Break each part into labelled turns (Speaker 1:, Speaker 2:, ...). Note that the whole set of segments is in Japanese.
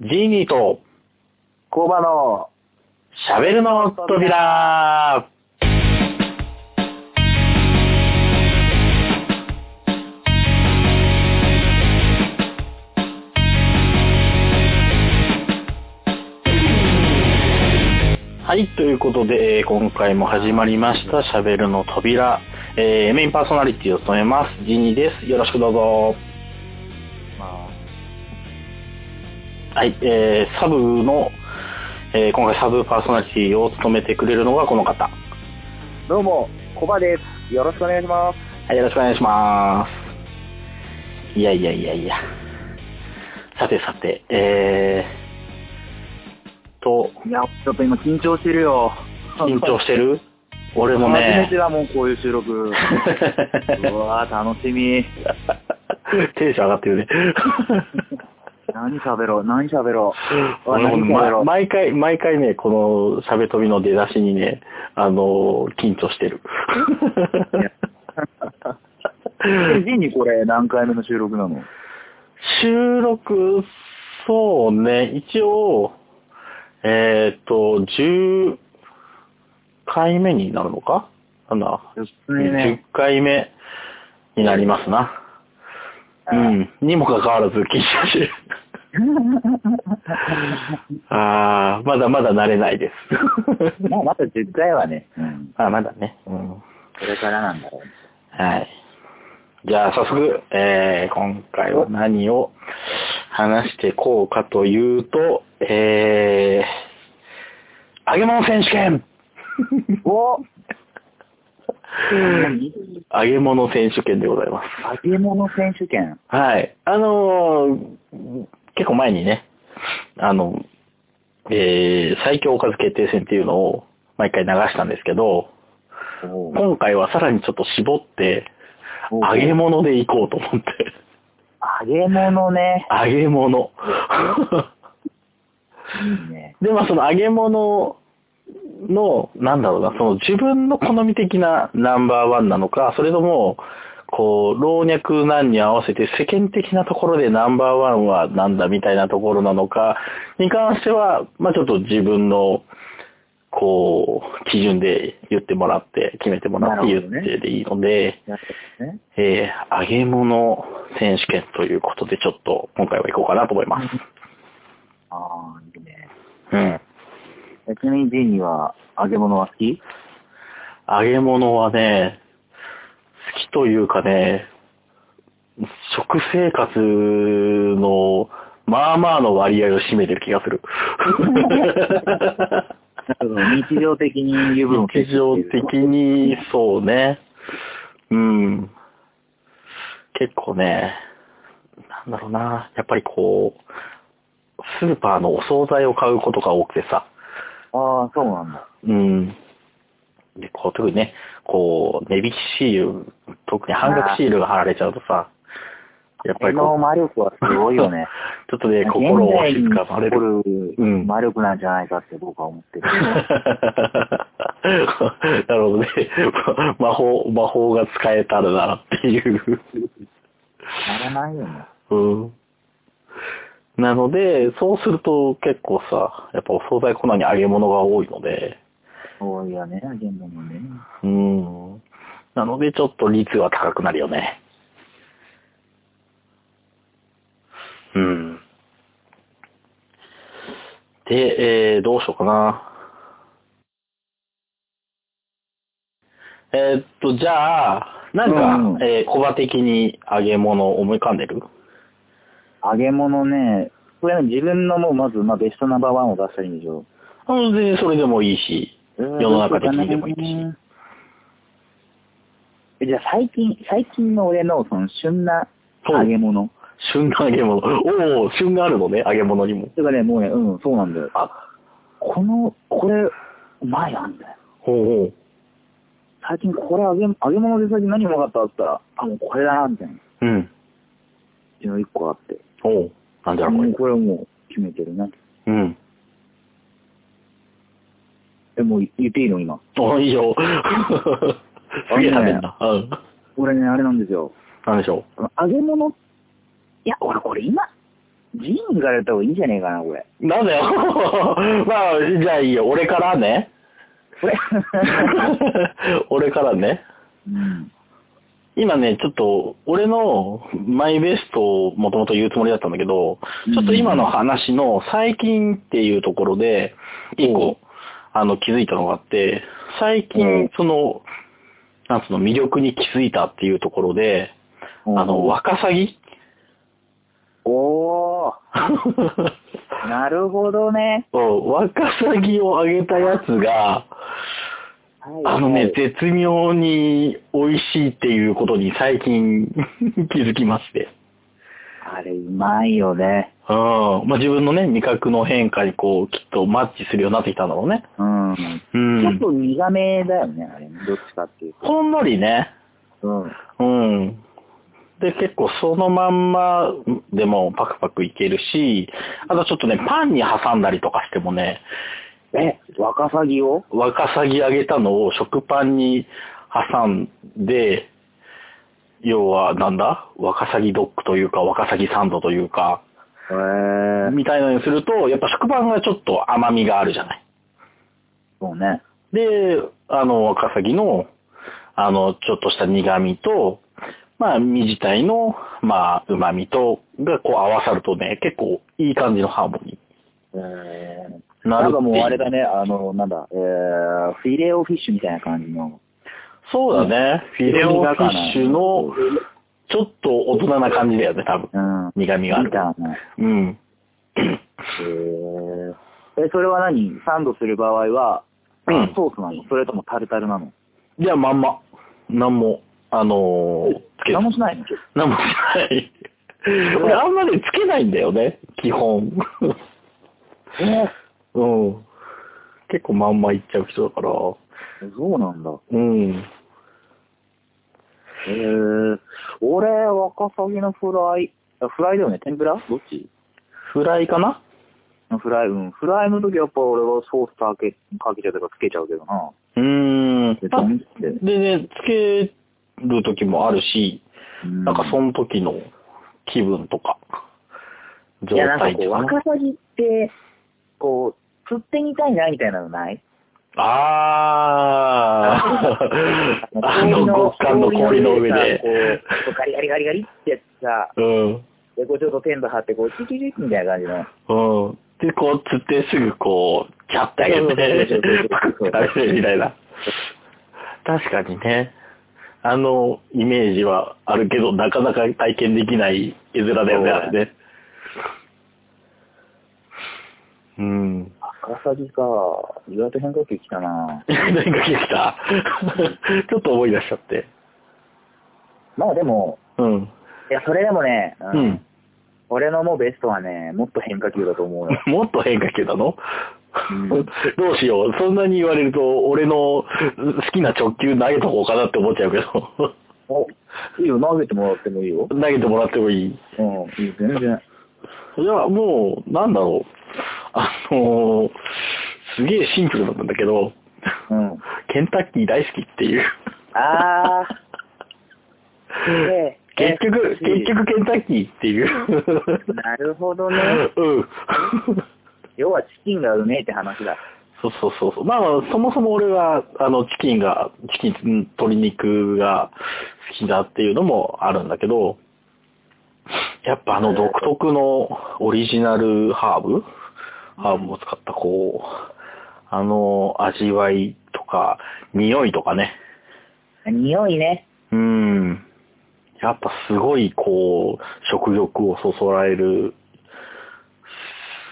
Speaker 1: ジーニーと
Speaker 2: 工場の、
Speaker 1: シャベルの扉はい、ということで、えー今回も始まりました、シャベルの扉。えーメインパーソナリティを務めます、ジーニーです。よろしくどうぞ。
Speaker 2: まあ、
Speaker 1: はい、えー、サブの、えー今回サブパーソナリティを務めてくれるのがこの方。
Speaker 2: どうも、工場です。よろしくお願いします。
Speaker 1: はい、よろしくお願いします。いやいやいやいや。さてさて、えー、と、
Speaker 2: いや、ちょっと今緊張してるよ。
Speaker 1: 緊張してる俺も
Speaker 2: 初め
Speaker 1: ね
Speaker 2: て、だもん、こういう収 録。うわぁ、楽しみ。
Speaker 1: テンション上がってるね。
Speaker 2: 何喋ろう、何喋ろ う。うわ
Speaker 1: あの
Speaker 2: 何喋ろ
Speaker 1: ま
Speaker 2: う。
Speaker 1: 毎回、毎回ね、この喋飛びの出だしにね、あの、緊張してる。
Speaker 2: えジンにこれ、何回目の収録なの
Speaker 1: 収録、そうね、一応、えーっ、と、10回目になるのかなんだ、
Speaker 2: 普通にね。
Speaker 1: 10回目になりますな。うん。にもかかわらず緊張して る。ああ、まだまだ慣れないです。
Speaker 2: もうまた10回はね、うん、
Speaker 1: あ まだね。うん。
Speaker 2: これからなんだろう。
Speaker 1: はい。じゃあ早速、えー、今回は何を話してこうかというと、えー、揚げ物選手権
Speaker 2: お
Speaker 1: 揚げ物選手権でございます。
Speaker 2: 揚げ物選手権。
Speaker 1: はい。あのー結構前にね、あの、えー、最強おかず決定戦っていうのを毎回流したんですけど、
Speaker 2: お
Speaker 1: 今回はさらにちょっと絞って、揚げ物で行こうと思って。
Speaker 2: 揚げ物ね。
Speaker 1: 揚げ物。
Speaker 2: いいね。
Speaker 1: で、まあその揚げ物の、なんだろうな、その自分の好み的なナンバーワンなのか、それとも、こう、老若男に合わせて世間的なところでナンバーワンはなんだみたいなところなのか、に関しては、まあちょっと自分の、こう、基準で言ってもらって、決めてもらって
Speaker 2: な
Speaker 1: 言
Speaker 2: る
Speaker 1: っ
Speaker 2: ほどね
Speaker 1: てでいいので、
Speaker 2: やったね。
Speaker 1: えー、揚げ物選手権ということでちょっと今回は行こうかなと思います。
Speaker 2: ああ、いいね。
Speaker 1: うん。
Speaker 2: えちなみにジーニーは揚げ物は好き
Speaker 1: 揚げ物はね、好きというかね、食生活のまあまあの割合を占めてる気がする。
Speaker 2: 日常的に油分を
Speaker 1: 日常的に、そうね。うん。結構ね、なんだろうな、やっぱりこう、スーパーのお惣菜を買うことが多くてさ、
Speaker 2: ああ、そうなんだ。
Speaker 1: うん。で、こう、特にね、こう、値引きシール、特に半額シールが貼られちゃうとさ、やっぱ
Speaker 2: こ
Speaker 1: りこ
Speaker 2: の魔力はすごいよね。
Speaker 1: う、ちょっとね、心を静かまれ る。
Speaker 2: 現代に残る魔力なんじゃないかって僕は思ってる。
Speaker 1: なるほどね。魔法、魔法が使えたらなっていう。
Speaker 2: ならないよね。
Speaker 1: うん。なので、そうすると結構さ、やっぱお惣菜コーナーに揚げ物が多いので、
Speaker 2: そういやね、揚げ物ね。
Speaker 1: うん。なので、ちょっと率は高くなるよね。うん。で、えー、どうしようかな。えーっと、じゃあ、なんか、
Speaker 2: うん
Speaker 1: えー、小場的に揚げ物を思い浮かんでる
Speaker 2: 揚げ物ね、これね、自分のもうまず、まあ、ベストナンバーワンを出したらいいんでしょ。
Speaker 1: あの、全然それでもいいし。
Speaker 2: 世
Speaker 1: 世の中的にでもいいし
Speaker 2: え。じゃあ最近、最近の俺のその旬な揚げ物。
Speaker 1: 旬な揚げ物。おお、旬があるのね、揚げ物にも。
Speaker 2: てかね、もうね、うん、そうなんだよ。あ、この、これ、うまいなんだよ。
Speaker 1: ほうほう。
Speaker 2: 最近これ揚げ、揚げ物で最近何うまかったって言ったら、あ、もうこれだな、みたいな。
Speaker 1: うん。
Speaker 2: っていうの一個あって。
Speaker 1: おお。なんだろう、こ
Speaker 2: も
Speaker 1: れ
Speaker 2: う。これもう決めてるね。
Speaker 1: うん。
Speaker 2: え、もう言っていいの今。
Speaker 1: あ、いいよ。すげえ食べんな。うん。
Speaker 2: 俺ね、あれなんですよ。
Speaker 1: なんでしょ
Speaker 2: あの揚げ物、いや、俺これ今、ジーンからやった方がいいんじゃねえかな、これ。
Speaker 1: なんだよ。 まあ、じゃあいいよ。俺から ね。
Speaker 2: これ
Speaker 1: 俺からね。
Speaker 2: うん。
Speaker 1: 今ね、ちょっと、俺のマイベストをもともと言うつもりだったんだけど、ちょっと今の話の最近っていうところで、一個、あの、気づいたのがあって、最
Speaker 2: う
Speaker 1: 近
Speaker 2: ん、
Speaker 1: その、なんつうの、魅力に気づいたっていうところで、あの、ワカサギ
Speaker 2: おー、なるほどね。
Speaker 1: そうワカサギをあげたやつが、
Speaker 2: はい
Speaker 1: あのね、絶妙に美味しいっていうことに最近 気づきまして。
Speaker 2: あれ、うまいよね。
Speaker 1: うん。まあ、自分のね、味覚の変化にこう、きっとマッチするようになってきたんだろうね。
Speaker 2: うん。
Speaker 1: う
Speaker 2: ちょっ
Speaker 1: ん。
Speaker 2: と苦めだよね、あれ。どっちかっていうと。
Speaker 1: ほんのりね。
Speaker 2: うん。
Speaker 1: うん。で、結構そのまんまでもパクパクいけるし、あとちょっとね、パンに挟んだりとかしてもね、
Speaker 2: え、ワカサギを
Speaker 1: ワカサギ揚げたのを食パンに挟んで、要はなんだワカサギドッグというか、ワカサギサンドというか、
Speaker 2: へー。
Speaker 1: みたいなのにすると、やっぱ食パンがちょっと甘みがあるじゃない。
Speaker 2: そうね。
Speaker 1: で、あの、ワカサギの、あの、ちょっとした苦味と、まあ、身自体の、まあ、旨味と、がこう合わさるとね、結構いい感じのハーモニ
Speaker 2: えー
Speaker 1: ー。なる
Speaker 2: な
Speaker 1: っ
Speaker 2: ん
Speaker 1: て
Speaker 2: か
Speaker 1: い
Speaker 2: もうあれだね、あの、なんだ、えー、フィレオフィッシュみたいな感じの。
Speaker 1: そうだね。フィレオフィッシュの、ちょっと大人な感じだよね、多分。
Speaker 2: うん。
Speaker 1: 苦味があ
Speaker 2: み
Speaker 1: る
Speaker 2: た。いな。
Speaker 1: うん。
Speaker 2: へーえ、それは何サンドする場合は、
Speaker 1: うん
Speaker 2: ソースなのそれともタルタルなの
Speaker 1: じゃあ、まんま。なんも、あのー、つけ
Speaker 2: 何もしないの
Speaker 1: なんもし ない。俺、あんまりつけないんだよね、基本。
Speaker 2: え
Speaker 1: うん。結構まんまいっちゃう人だから。
Speaker 2: ーそうなんだ。
Speaker 1: うん。
Speaker 2: えー、俺、ワカサギのフライ、あフライだよね天ぷらどっち
Speaker 1: フライかな
Speaker 2: フライ、うん。フライの時やっぱ俺はソースかけ、かけちゃうとかつけちゃうけどな。
Speaker 1: うーん
Speaker 2: で、。
Speaker 1: まあ
Speaker 2: ドンって。
Speaker 1: でね、つける時もあるし、
Speaker 2: な
Speaker 1: なんかその時の気分とか、状
Speaker 2: いや、なんか
Speaker 1: 態
Speaker 2: こう、
Speaker 1: と
Speaker 2: ワ
Speaker 1: か。
Speaker 2: カサギって、こう、釣ってみたいなみたいなのない
Speaker 1: あー。あの極寒の氷の上で。
Speaker 2: こう、ガリガリガリガリってやってさ、
Speaker 1: うん。
Speaker 2: で、こうちょっとテント張って、こう、チキチキみたいな感じの。
Speaker 1: うん。で、こう、釣ってすぐこう、キャッてあげ
Speaker 2: そうそうそ
Speaker 1: て
Speaker 2: う、
Speaker 1: パクッて食べるみたいな。確かにね。あの、イメージはあるけど、なかなか体験できない絵面だよね、
Speaker 2: そう
Speaker 1: あれね。うん。
Speaker 2: ワカサギか、意外と変化球来たな
Speaker 1: 何か聞きた ちょっと思い出しちゃって。
Speaker 2: まあでも、
Speaker 1: うん。
Speaker 2: いや、それでもね、
Speaker 1: う
Speaker 2: うん
Speaker 1: ん。
Speaker 2: 俺のもうベストはね、もっと変化球だと思うよ。
Speaker 1: もっと変化球なの、
Speaker 2: うん
Speaker 1: どうしよう。そんなに言われると、俺の好きな直球投げとこうかなって思っちゃうけど。
Speaker 2: お、いいよ、投げてもらってもいいよ。
Speaker 1: 投げてもらってもいい
Speaker 2: うん、いいよ、全然。
Speaker 1: いや、もう、なんだろう。あのー、すげえシンプルだったんだけど、
Speaker 2: うん。
Speaker 1: ケンタッキー大好きっていう。
Speaker 2: あー。で
Speaker 1: 結局、
Speaker 2: え
Speaker 1: 結局ケンタッキーっていう。
Speaker 2: なるほ ど
Speaker 1: う
Speaker 2: ね。
Speaker 1: ん。
Speaker 2: 要はチキンがうめえって話だ。
Speaker 1: そうそうそうそう。まあ、そもそも俺は、あの、チキンが、チキン、ん鶏肉が好きだっていうのもあるんだけど、やっぱあの独特のオリジナルハーブハーブを使ったこう、あの、味わいとか、匂いとかね。
Speaker 2: 匂いね。
Speaker 1: うん。やっぱすごいこう、食欲をそそられる、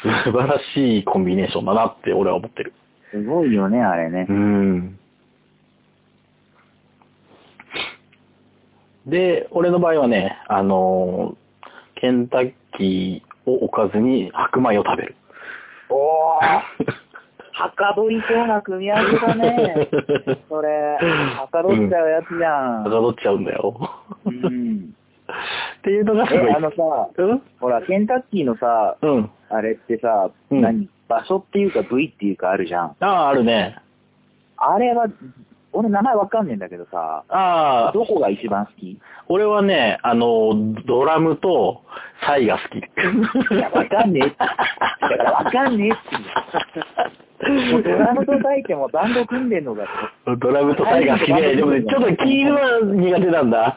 Speaker 1: 素晴らしいコンビネーションだなって俺は思ってる。
Speaker 2: すごいよね、あれね
Speaker 1: う。ん。で、俺の場合はね、あのーケンタッキーをおかずに白米を食べる。
Speaker 2: おー。はかどりそうな組み合わせだ ね。それ、はかどっちゃうやつじゃ
Speaker 1: は
Speaker 2: ん。
Speaker 1: かど っちゃうんだよ。
Speaker 2: うん。
Speaker 1: っていうのがすごい
Speaker 2: え、あ。のさ、
Speaker 1: うん
Speaker 2: ほら、ケンタッキーのさ、
Speaker 1: うん。
Speaker 2: あれってさ、
Speaker 1: うん
Speaker 2: 何場所っていうか部位っていうかあるじゃん。
Speaker 1: ああ、あるね。
Speaker 2: あれは、俺名前わかんねえんだけどさ、
Speaker 1: ああ、
Speaker 2: どこが一番好きい
Speaker 1: 俺はね、あの、ドラムとサイが好き。
Speaker 2: や、わかんねえって。だからわかんねえっていう。もうドラムと叩いてもバンド組んでんのが、
Speaker 1: ドラムとサイが好きで、でもね、ちょっとキーは苦手なんだ。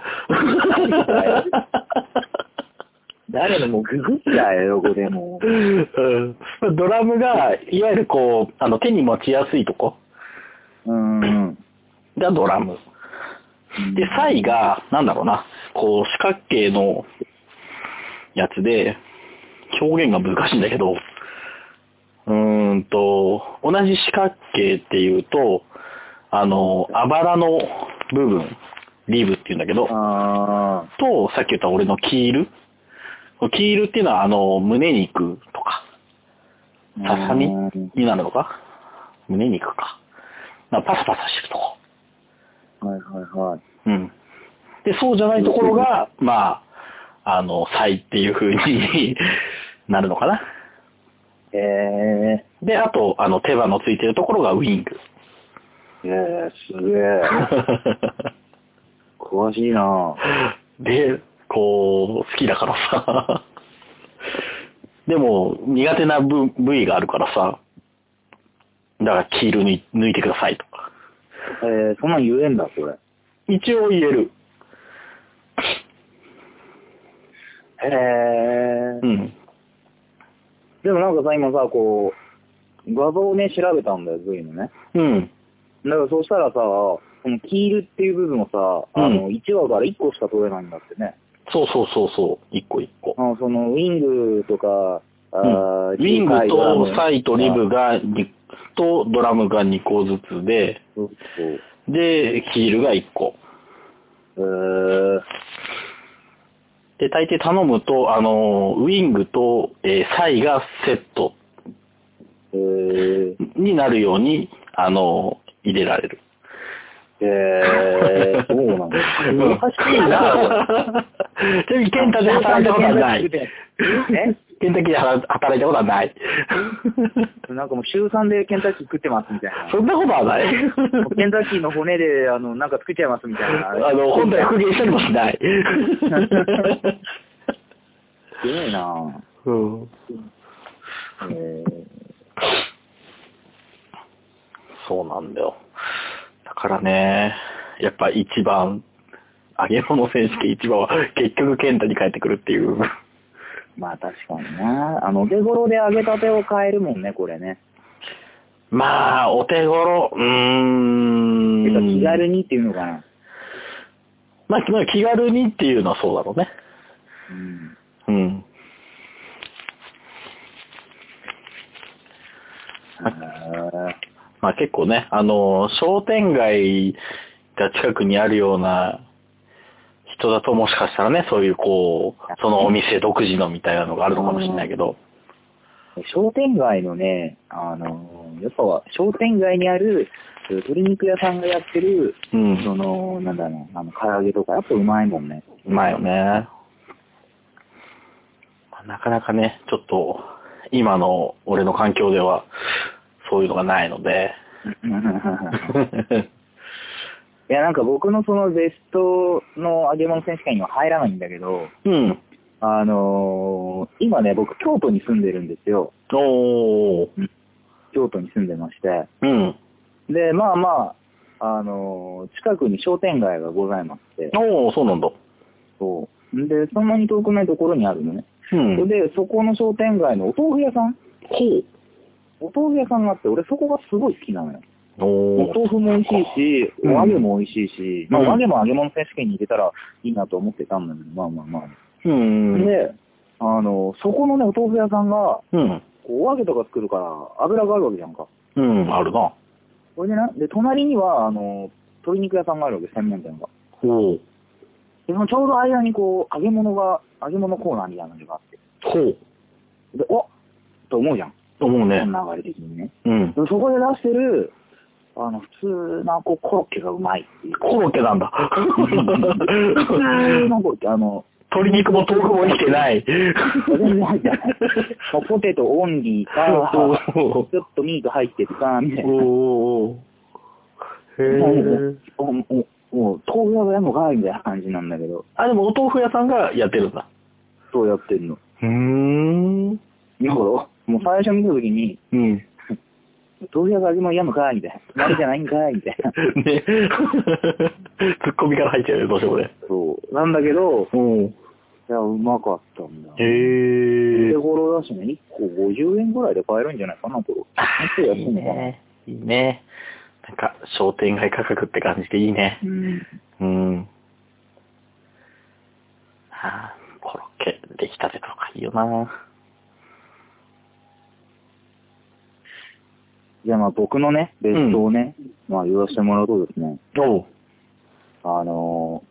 Speaker 2: 誰でもググっちゃえよ、これも。
Speaker 1: うんドラムが、いわゆるこう、あの、手に持ちやすいとこ
Speaker 2: うーん。
Speaker 1: がドラム。で、サイが、なんだろうな、こう、四角形のやつで、表現が難しいんだけど、うーんと、同じ四角形っていうと、あの、あばらの部分、リーブっていうんだけど、
Speaker 2: あ
Speaker 1: と、さっき言った俺のキール。キールっていうのは、あの、胸肉とか、
Speaker 2: ー。
Speaker 1: ささみ
Speaker 2: う
Speaker 1: になるのか胸肉か。なんかパサパサしてるとこ。
Speaker 2: ーんはいはいはい。
Speaker 1: うん。で、そうじゃないところが、まあ、あの、サイっていう風に なるのかな。
Speaker 2: ええ
Speaker 1: で、あと、あの、手羽のついてるところがウィング。
Speaker 2: ええすげえ。詳しいな
Speaker 1: で、こう、好きだからさ。 でも、苦手な部部位があるからさ。だから、キール抜い抜いてくださいとか。
Speaker 2: ええそんなん言えんだ、これ。
Speaker 1: 一応言える。
Speaker 2: ええ
Speaker 1: うん。
Speaker 2: でもなんかさ、今さ、こう、画像をね、調べたんだよ、V のね。
Speaker 1: うん。
Speaker 2: だからそうしたらさ、このキールっていう部分をさ、あ
Speaker 1: う
Speaker 2: の、1話から1個しか取れないんだってね。
Speaker 1: そうそうそうそう。一個一個。
Speaker 2: あのその、ウィングとか、あ
Speaker 1: うんウィングとサイとリブがに、とドラムが2個ずつで、
Speaker 2: そうそう。
Speaker 1: で、キールが1個。
Speaker 2: えー、
Speaker 1: で、大抵頼むと、あの、ウィングと、えーサイがセット
Speaker 2: えー、
Speaker 1: になるように、あの、入れられる。
Speaker 2: えー、そうなんだ。
Speaker 1: うん
Speaker 2: 難しいな、これ。
Speaker 1: ちなみに、ケンタで働いたことはない。
Speaker 2: え
Speaker 1: ケンタッキーで働いたことはない。
Speaker 2: なんかもう週3でケンタッキー食ってますみたいな。
Speaker 1: そんなことはない。
Speaker 2: もうケンタッキーの骨で、あの、なんか作っちゃいますみたいな。
Speaker 1: あの、本体復元したりもしない。
Speaker 2: すごいな
Speaker 1: うん
Speaker 2: ぁ。え
Speaker 1: そうなんだよ。だからね、やっぱ一番、揚げ物選手権一番は結局健太に帰ってくるっていう。
Speaker 2: ー、まあ確かになあの、お手頃で揚げたてを買えるもんね、これね。
Speaker 1: まあ、お手頃、うー
Speaker 2: てか
Speaker 1: ん。
Speaker 2: 気軽にっていうのかな。
Speaker 1: まあ、まあ気軽にっていうのはそうだろうね。
Speaker 2: うん。
Speaker 1: うん。
Speaker 2: え
Speaker 1: まあ結構ね、あの、商店街が近くにあるような人だともしかしたらね、そういうこう、そのお店独自のみたいなのがあるのかもしれないけど。
Speaker 2: ー商店街のね、あの、やっぱ商店街にあるえー鶏肉屋さんがやってる、
Speaker 1: うん。
Speaker 2: その、なんだろう、あの、唐揚げとか、やっぱうまいもんね。
Speaker 1: うまい よね。まあなかなかね、ちょっと、今の俺の環境では、そういうのがないので。
Speaker 2: いや、なんか僕のそのベストの揚げ物選手権には入らないんだけど、
Speaker 1: うん。
Speaker 2: あのー今ね、僕、京都に住んでるんですよ。
Speaker 1: おー。
Speaker 2: 京都に住んでまして。
Speaker 1: うん。
Speaker 2: で、まあまあ、あのー近くに商店街がございまして、
Speaker 1: おー、そうなんだ。
Speaker 2: そう。で、そんなに遠くないところにあるのね。
Speaker 1: うん。ほう。
Speaker 2: で、そこの商店街のお豆腐屋さんお豆腐屋さんがあって、俺そこがすごい好きなのよ。お
Speaker 1: おー。
Speaker 2: 豆腐も美味しいし、
Speaker 1: うん
Speaker 2: お揚げも美味しいし、まあ
Speaker 1: うん
Speaker 2: お揚げも揚げ物選手権に入れたらいいなと思ってたんだけど、まあまあまあ。
Speaker 1: うん。
Speaker 2: で、あの、そこのね、お豆腐屋さんが、
Speaker 1: うん。
Speaker 2: こうお揚げとか作るから、油があるわけじゃんか。
Speaker 1: うん、あるな。
Speaker 2: それでな、で、隣には、あの、鶏肉屋さんがあるわけ、専門店が。
Speaker 1: ほう。
Speaker 2: で、そのちょうど間にこう、揚げ物が、揚げ物コーナーみたいなのがあって。
Speaker 1: ほう。
Speaker 2: で、おっと思うじゃん。
Speaker 1: 思う
Speaker 2: こ
Speaker 1: ね。
Speaker 2: の流れ的にね。
Speaker 1: うん
Speaker 2: で。そこで出してる、あの、普通な、こう、コロッケがうまいっていう。
Speaker 1: コロッケ なんだ。
Speaker 2: 普通のコ ロッケ、あの、
Speaker 1: 鶏肉も豆腐も生きてない。
Speaker 2: 全然入って ない。もうポテトオ ンリーか、
Speaker 1: おー。
Speaker 2: ちょっとミート入ってるか、みたいな。
Speaker 1: おー。
Speaker 3: へえ。
Speaker 2: おおお豆腐屋がやんのかいみたいな感じなんだけど、
Speaker 1: あ、でもお豆腐屋さんがやってるんだ。
Speaker 2: そうやってんの。
Speaker 1: うーん。
Speaker 2: だから、もう最初見たときに、
Speaker 1: うん。ね。
Speaker 2: 豆腐屋が味もやんのかいみたい な。何じゃないんかいみたいな。
Speaker 1: ツッコミから入っちゃうよ、どうしてもね。
Speaker 2: そう。なんだけど、
Speaker 1: うん。
Speaker 2: いや、うまかったんだ。
Speaker 1: へ
Speaker 2: 手
Speaker 1: え。
Speaker 2: 頃だしね、1個50円ぐらいで買えるんじゃないかな、これ。結構安いのかな。。
Speaker 1: いいね。なんか、商店街価格って感じでいいね。
Speaker 2: うん。
Speaker 1: うん。あーコロッケできたてとかいいよな。
Speaker 2: じゃあまあ僕のね、ベストをね、まあ言わせてもらうとですね、
Speaker 1: おう。
Speaker 2: あの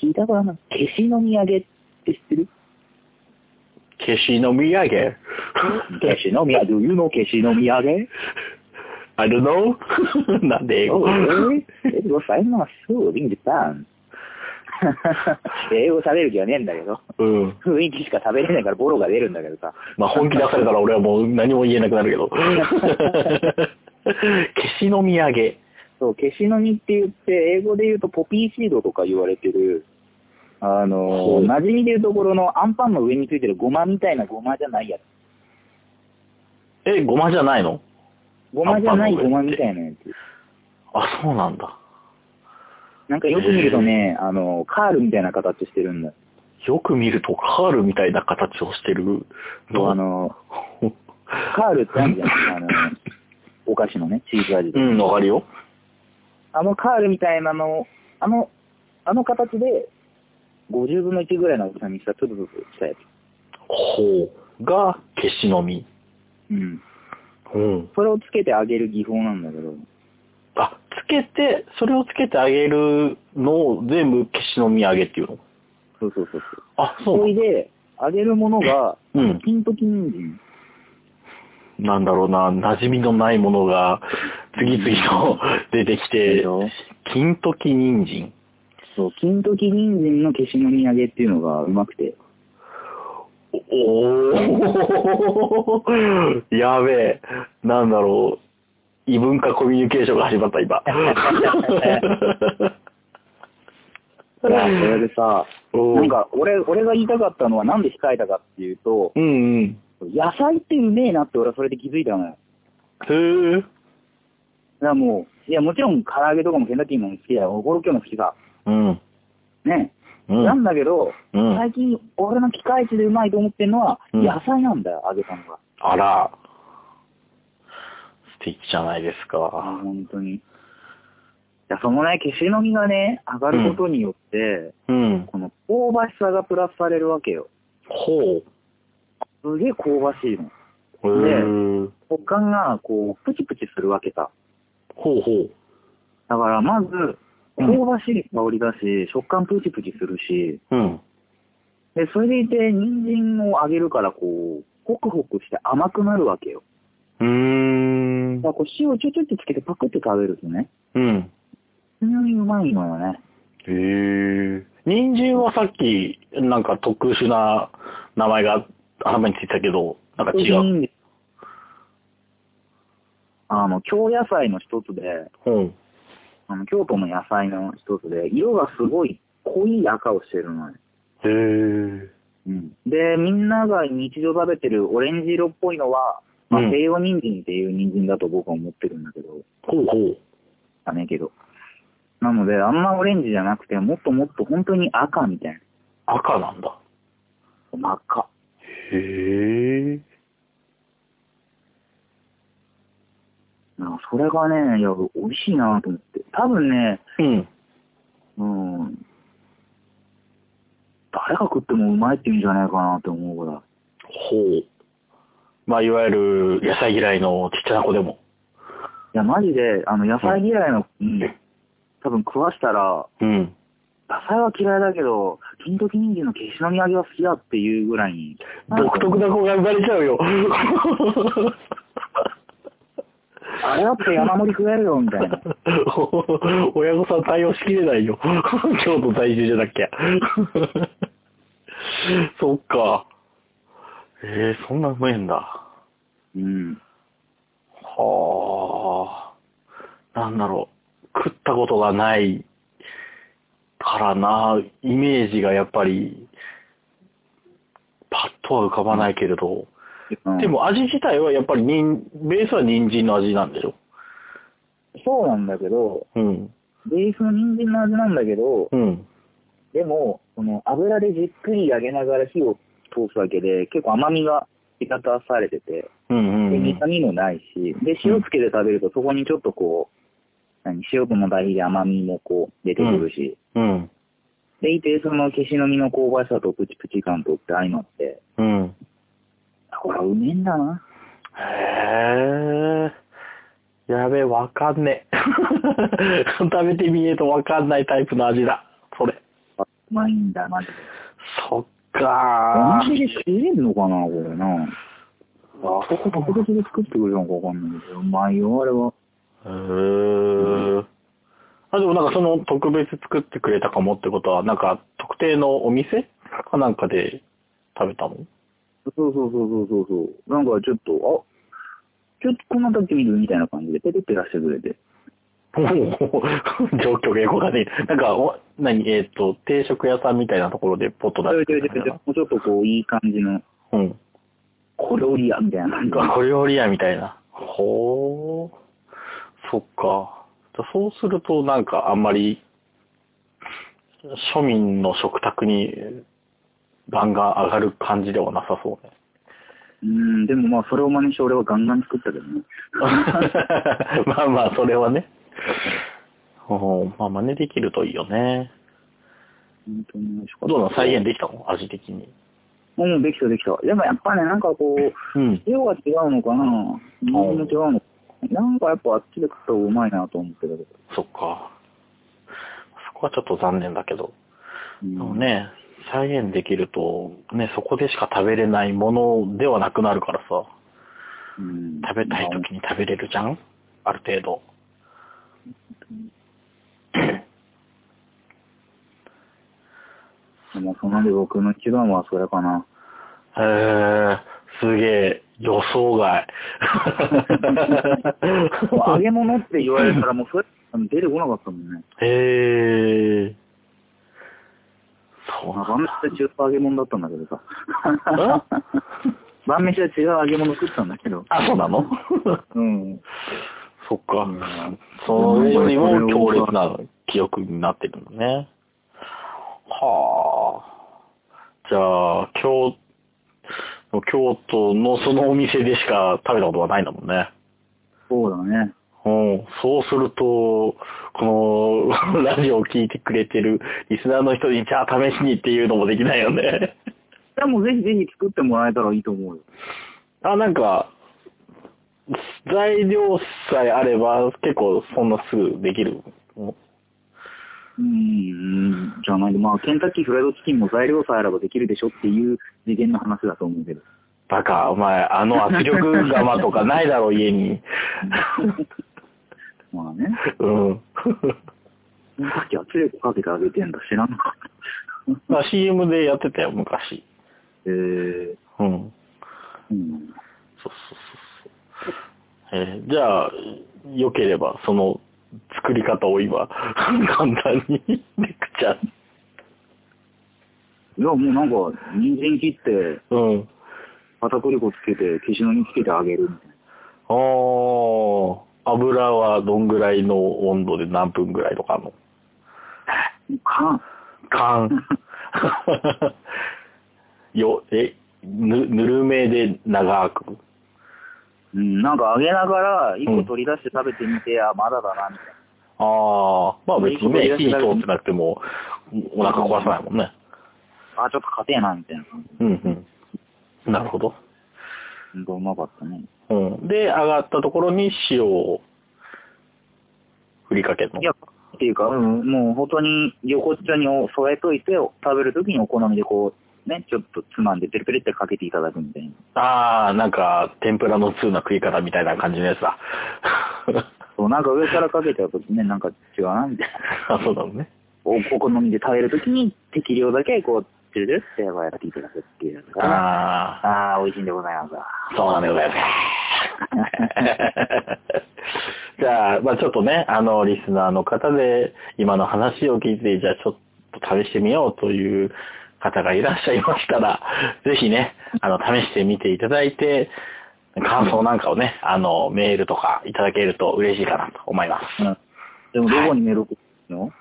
Speaker 2: ー、聞いたことない。消しの土産って知ってる
Speaker 1: 消しの土産。
Speaker 2: 消しの土産、Do you know 消しの土産
Speaker 1: I don't know. なんで英語
Speaker 2: Oh, really? It was I'm not sure in Japan. 英語喋る気はねえんだけど、
Speaker 1: うん。
Speaker 2: 雰囲気しか食べれないからボロが出るんだけどさ。
Speaker 1: まあ本気出されたら俺はもう何も言えなくなるけ ど。消しの土産。
Speaker 2: そう、消しの実って言って、英語で言うとポピーシードとか言われてる、
Speaker 1: ほ
Speaker 2: あの
Speaker 1: う
Speaker 2: ー、馴染みで言うところのアンパンの上についてるゴマみたいなゴマじゃないやつ。
Speaker 1: え、ごまじゃないの
Speaker 2: ゴマじゃない
Speaker 1: アンパ
Speaker 2: ゴ
Speaker 1: ンの
Speaker 2: マ
Speaker 1: 上に
Speaker 2: みたいなやつ。
Speaker 1: あ、そうなんだ。
Speaker 2: なんかよく見るとね、あのー、カールみたいな形してるんだ。
Speaker 1: よく見るとカールみたいな形をしてるの。
Speaker 2: あのー、カールってあるじゃん。あのー、お菓子のね、チーズ味
Speaker 1: う
Speaker 2: で。
Speaker 1: ん、わかるよ。
Speaker 2: あのカールみたいなのを、あの、あの形で、50分の1ぐらいの大きさにした、つぶつぶしたやつ。
Speaker 1: ほうが消しの実。
Speaker 2: うん。
Speaker 1: うん。
Speaker 2: それをつけてあげる技法なんだけど。
Speaker 1: あ、つけて、それをつけてあげるのを全部消しの土産っていうの。
Speaker 2: そうそうそうそう。
Speaker 1: あ、そう
Speaker 2: そ
Speaker 1: な
Speaker 2: れ
Speaker 1: んだ
Speaker 2: で、あげるものが、
Speaker 1: うん
Speaker 2: 金時人参。
Speaker 1: なんだろうな、馴染みのないものが次々と出てき
Speaker 2: で
Speaker 1: て
Speaker 2: しょ、
Speaker 1: 金時人参。
Speaker 2: そう、金時人参の消しの土産っていうのがうまくて。
Speaker 1: おーやべえ。なんだろう。異文化コミュニケーションが始まった、 今。
Speaker 2: いや、それでさ、
Speaker 1: おー
Speaker 2: なんか、俺、俺が言いたかったのはなんで控えたかっていうと、
Speaker 1: うんうん。
Speaker 2: 野菜ってうめえなって俺はそれで気づいたのよ。だか
Speaker 1: へえ。
Speaker 2: らもう、いや、もちろん唐揚げとかもケンタッキーも好きだよ。コロッケも好きさ。
Speaker 1: うん。
Speaker 2: ね。
Speaker 1: うん。
Speaker 2: なんだけど、
Speaker 1: うん
Speaker 2: 最近俺の機械値でうまいと思ってるのは、
Speaker 1: うん
Speaker 2: 野菜なんだよ、揚げたのが。
Speaker 1: あら。素敵じゃないです
Speaker 2: あ
Speaker 1: か。
Speaker 2: 本当に。いや、そのね、消しの実がね、上がることによって、
Speaker 1: うん。
Speaker 2: この香ばしさがプラスされるわけよ。
Speaker 1: ほ
Speaker 2: すげえ香ばしいの。
Speaker 1: う。へえ。
Speaker 2: 食感が、こう、プチプチするわけさ。
Speaker 1: ほうほう。
Speaker 2: だから、まず、
Speaker 1: う
Speaker 2: 香
Speaker 1: ん
Speaker 2: ばしい香りだし、食感プチプチするし、
Speaker 1: うん。
Speaker 2: で、それでいて、人参を揚げるから、こう、ホクホクして甘くなるわけよ。
Speaker 1: うーん
Speaker 2: だか。らこう塩ちょちょってつけてパクって食べるとね、
Speaker 1: うん。
Speaker 2: 非常にうまいのよね。
Speaker 1: へえ。人参はさっき、なんか特殊な名前が頭についてたけど、なんか違う。
Speaker 2: あの、京野菜の一つで、
Speaker 1: うん。
Speaker 2: あの、京都の野菜の一つで、色がすごい濃い赤をしてるのよ。
Speaker 1: へえ。
Speaker 2: で、みんなが日常食べてるオレンジ色っぽいのは、まあ
Speaker 1: うん
Speaker 2: 西洋人参っていう人参だと僕は思ってるんだけど、
Speaker 1: ほうほう。
Speaker 2: だねえけど。なので、あんまオレンジじゃなくて、もっともっと本当に赤みたい
Speaker 1: 赤なんだ。
Speaker 2: な。真っ赤。
Speaker 1: へえ。
Speaker 2: なんかそれがね、いや、美味しいなと思って。多分ね、
Speaker 1: うん。
Speaker 2: うん。誰が食ってもうまいって言うんじゃないかなと思うからい。
Speaker 1: ほう。まあ、いわゆる野菜嫌いのちっちゃな子でも。
Speaker 2: いや、マジで、あの、野菜嫌いの、うん、多分食わしたら、
Speaker 1: うん。
Speaker 2: 野菜は嫌いだけど、金時人参の消しの土産は好きだっていうぐらいに。
Speaker 1: 独特な子が生まれちゃうよ。
Speaker 2: あれだって山盛り食えるよ、みた いな。
Speaker 1: 親御さん対応しきれないよ。京都在住じゃなきゃ。そっか。えー、そんなうまいんだ。
Speaker 2: うん。
Speaker 1: はあ、なんだろう。食ったことがないからな、イメージがやっぱり、パッとは浮かばないけれど、
Speaker 2: うん
Speaker 1: でも味自体はやっぱりにん、ベースは人参の味なんでしょ
Speaker 2: そうなんだけど、
Speaker 1: うん。
Speaker 2: ベースの人参の味なんだけど、
Speaker 1: うん。
Speaker 2: でも、その油でじっくり揚げながら火を通すわけで、結構甘みが引き立たされてて、
Speaker 1: うんうん
Speaker 2: で、
Speaker 1: うん
Speaker 2: 苦。みもないし、で、塩つけて食べると、そこにちょっとこう、何、塩分の代比で甘みもこう、出てくるし、
Speaker 1: うん。
Speaker 2: で、いて、その消しの実の香ばしさとプチプチ感とって相まって、
Speaker 1: うん。
Speaker 2: あこれはうめえんだな。
Speaker 1: へえ。やべえ、わかんねえ。 食べてみねえとわかんないタイプの味だ。それ。
Speaker 2: あうまいんだな。マジで
Speaker 1: そっか
Speaker 2: お店で食えんのかな、これな。あそこ特別で作ってくれたのかわかんないけど、うまいよ、あれは。
Speaker 1: ー。へえ。あ、でもなんかその特別作ってくれたかもってことは、なんか特定のお店かなんかで食べたの
Speaker 2: そうそうそうそうそうそう。なんかちょっと、あちょっとこんな時見るみたいな感じで、ペペペ出してくれて。
Speaker 1: おー 状況がよくわかんない。なんか、お、何、えっ、と、定食屋さんみたいなところでポット出
Speaker 2: ち
Speaker 1: し
Speaker 2: ょいちょ
Speaker 1: て
Speaker 2: い
Speaker 1: く
Speaker 2: ち
Speaker 1: れ
Speaker 2: ょ
Speaker 1: たのか
Speaker 2: いちょいもうちょっとこう、いい感じの、
Speaker 1: な。うん。
Speaker 2: 小料理屋みたいな感じ。
Speaker 1: あ小料理屋みたいな。ほー。そっか。じゃそうするとなんかあんまり、庶民の食卓に番が上がる感じではなさそう ね。
Speaker 2: うん、でもまあ、それを真似して俺はガンガン作ったけどね。
Speaker 1: まあまあ、それはね。おーまあ真似できるといいよね。
Speaker 2: 本当に美味しかった。
Speaker 1: どうなの再現できたの味的に。
Speaker 2: うんうん、できたできた。でもやっぱね、なんかこう、
Speaker 1: うん。
Speaker 2: 量が違うのかな人間も違うのかななんかやっぱあっちで食った方がうまいなと思ってたけど。
Speaker 1: そっか。そこはちょっと残念だけど。
Speaker 2: うん
Speaker 1: でもね、再現できると、ね、そこでしか食べれないものではなくなるからさ、
Speaker 2: うん
Speaker 1: 食べたい時に食べれるじゃんある程度。
Speaker 2: まあまあそんなんで僕の一番はそれかな。
Speaker 1: へー、すげえ、予想 外。
Speaker 2: もう揚げ物って言われた らもうそれ出てこなかったもんね。
Speaker 1: へー。そう
Speaker 2: ま
Speaker 1: な
Speaker 2: あ、晩
Speaker 1: ん
Speaker 2: 飯
Speaker 1: だ
Speaker 2: は中華揚げ物だったんだけどさ。
Speaker 1: ん
Speaker 2: 晩飯は違う揚げ物食ったんだけど。
Speaker 1: あ、そうなの
Speaker 2: うん。
Speaker 1: そっか
Speaker 2: ん。
Speaker 1: それよりも強烈な記憶になってるのね。はあ。じゃあ、京、京都のそのお店でしか食べたことはないんだもんね。
Speaker 2: そうだね。
Speaker 1: うん、そうすると、この ラジオを聞いてくれてるリスナーの人に、じゃあ試しにっていうのもできないよね。
Speaker 2: でもぜひぜひ作ってもらえたらいいと思うよ。
Speaker 1: あ、なんか、材料さえあれば結構そんなすぐできるの
Speaker 2: うん、うんじゃない。まあ、ケンタッキーフライドチキンも材料さえあればできるでしょっていう次元の話だと思うけど。
Speaker 1: バカ、お前、あの圧力釜とかないだろ、家に。
Speaker 2: まあね。
Speaker 1: うん。
Speaker 2: ケンタッキー圧力かけてあげてんだ知らなかった。
Speaker 1: まあ CM でやってたよ、昔。
Speaker 2: えー、
Speaker 1: うん。
Speaker 2: うん。
Speaker 1: そうそうそうそう。えーじゃあ、良ければ、その、作り方を今、 簡単に、 レクチャー。
Speaker 2: いや、もうなんか、人参切って、
Speaker 1: うん。
Speaker 2: 片栗粉つけて、消しのにつけてあげるみたいな。
Speaker 1: あー、油はどんぐらいの温度で何分ぐらいとかの
Speaker 2: か、
Speaker 1: カン。よ、え、ぬ、ぬるめで長く。
Speaker 2: うん、なんか揚げながら、一個取り出して食べてみて、あ、まだだな、みたい
Speaker 1: ああ、まあ別にね、火通ってなくても、お腹壊さないもんね。
Speaker 2: な。あ、ちょっと硬えな、みたいな感じ。
Speaker 1: うんうん。なるほど。
Speaker 2: ほんとうまかったね。
Speaker 1: うん。で、上がったところに塩を振りかけるの。
Speaker 2: いや、っていうか、うん、もう本当に横っちょに添えといて、食べるときにお好みでこう、ね、ちょっとつまんで、ペリペリってかけていただくみたいな。
Speaker 1: ああ、なんか、天ぷらの通な食い方みたいな感じのや つだ。
Speaker 2: そう、なんか上からかけちゃうとね、なんか違うな、みたいな。
Speaker 1: あ、そうだろうね。
Speaker 2: おお好みで食べるときに適量だけこう、チュルルってやっていただくっていうのが、
Speaker 1: ああ、
Speaker 2: ああー、美味しいんでございますわ。
Speaker 1: そうなんでございます。じゃあ、まあちょっとね、あの、リスナーの方で、今の話を聞いて、じゃあちょっと試してみようという方がいらっしゃいました ら、ぜひね、あの、試してみていただいて、感想なんかをね、あの、メールとかいただけると嬉しいかなと思います。
Speaker 2: うんでもどこにメール送るの、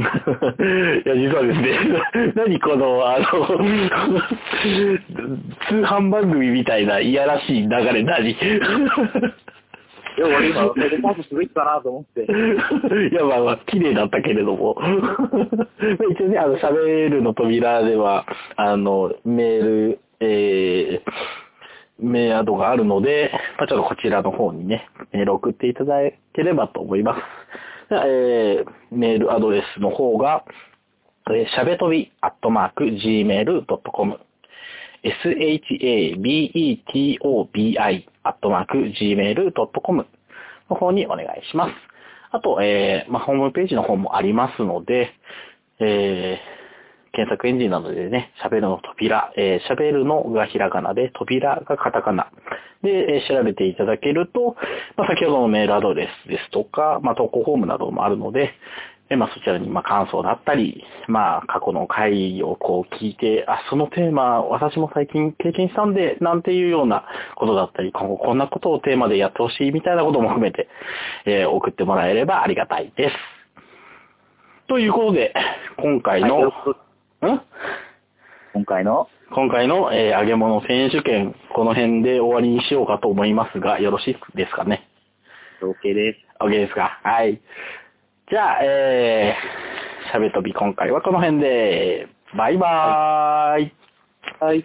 Speaker 1: いや、実はですね、 何この、あの、 通販番組みたいないやらしい流れ何い
Speaker 2: いや、俺今、メールパスすべきかなと思って。
Speaker 1: や、まあ まあ、綺麗だったけれども。 一応ね、あの、喋るの扉では、あの、メール、えー、メアドがあるので、まあ、ちょっとこちらの方にね、メール送っていただければと思います。ではえー、メールアドレスの方が、えーしゃべとび、アットマーク、gmail.com、shabetobi、アットマーク、gmail.com の方にお願いします。あと、えー、まあ、ホームページの方もありますので、えー、検索エンジンなどでね、喋るの扉、えー、喋るのがひらがなで、扉がカタカナ。で、えー調べていただけると、まあ、先ほどのメールアドレスですとか、まあ、投稿フォームなどもあるので、えーまあ、そちらに、まあ、感想だったり、まあ、過去の回をこう聞いて、あ、そのテーマ、私も最近経験したんで、なんていうようなことだったり、今後こんなことをテーマでやってほしいみたいなことも含めて、えー送ってもらえればありがたいです。ということで、今回の、
Speaker 2: はいということで
Speaker 1: ん
Speaker 2: 今回の、
Speaker 1: 今回の、えー揚げ物選手権、この辺で終わりにしようかと思いますが、よろしいですかね。
Speaker 2: OK です。
Speaker 1: OK ですかはい。じゃあ、えー、しゃべとび今回はこの辺で、バイバーイ
Speaker 2: はい。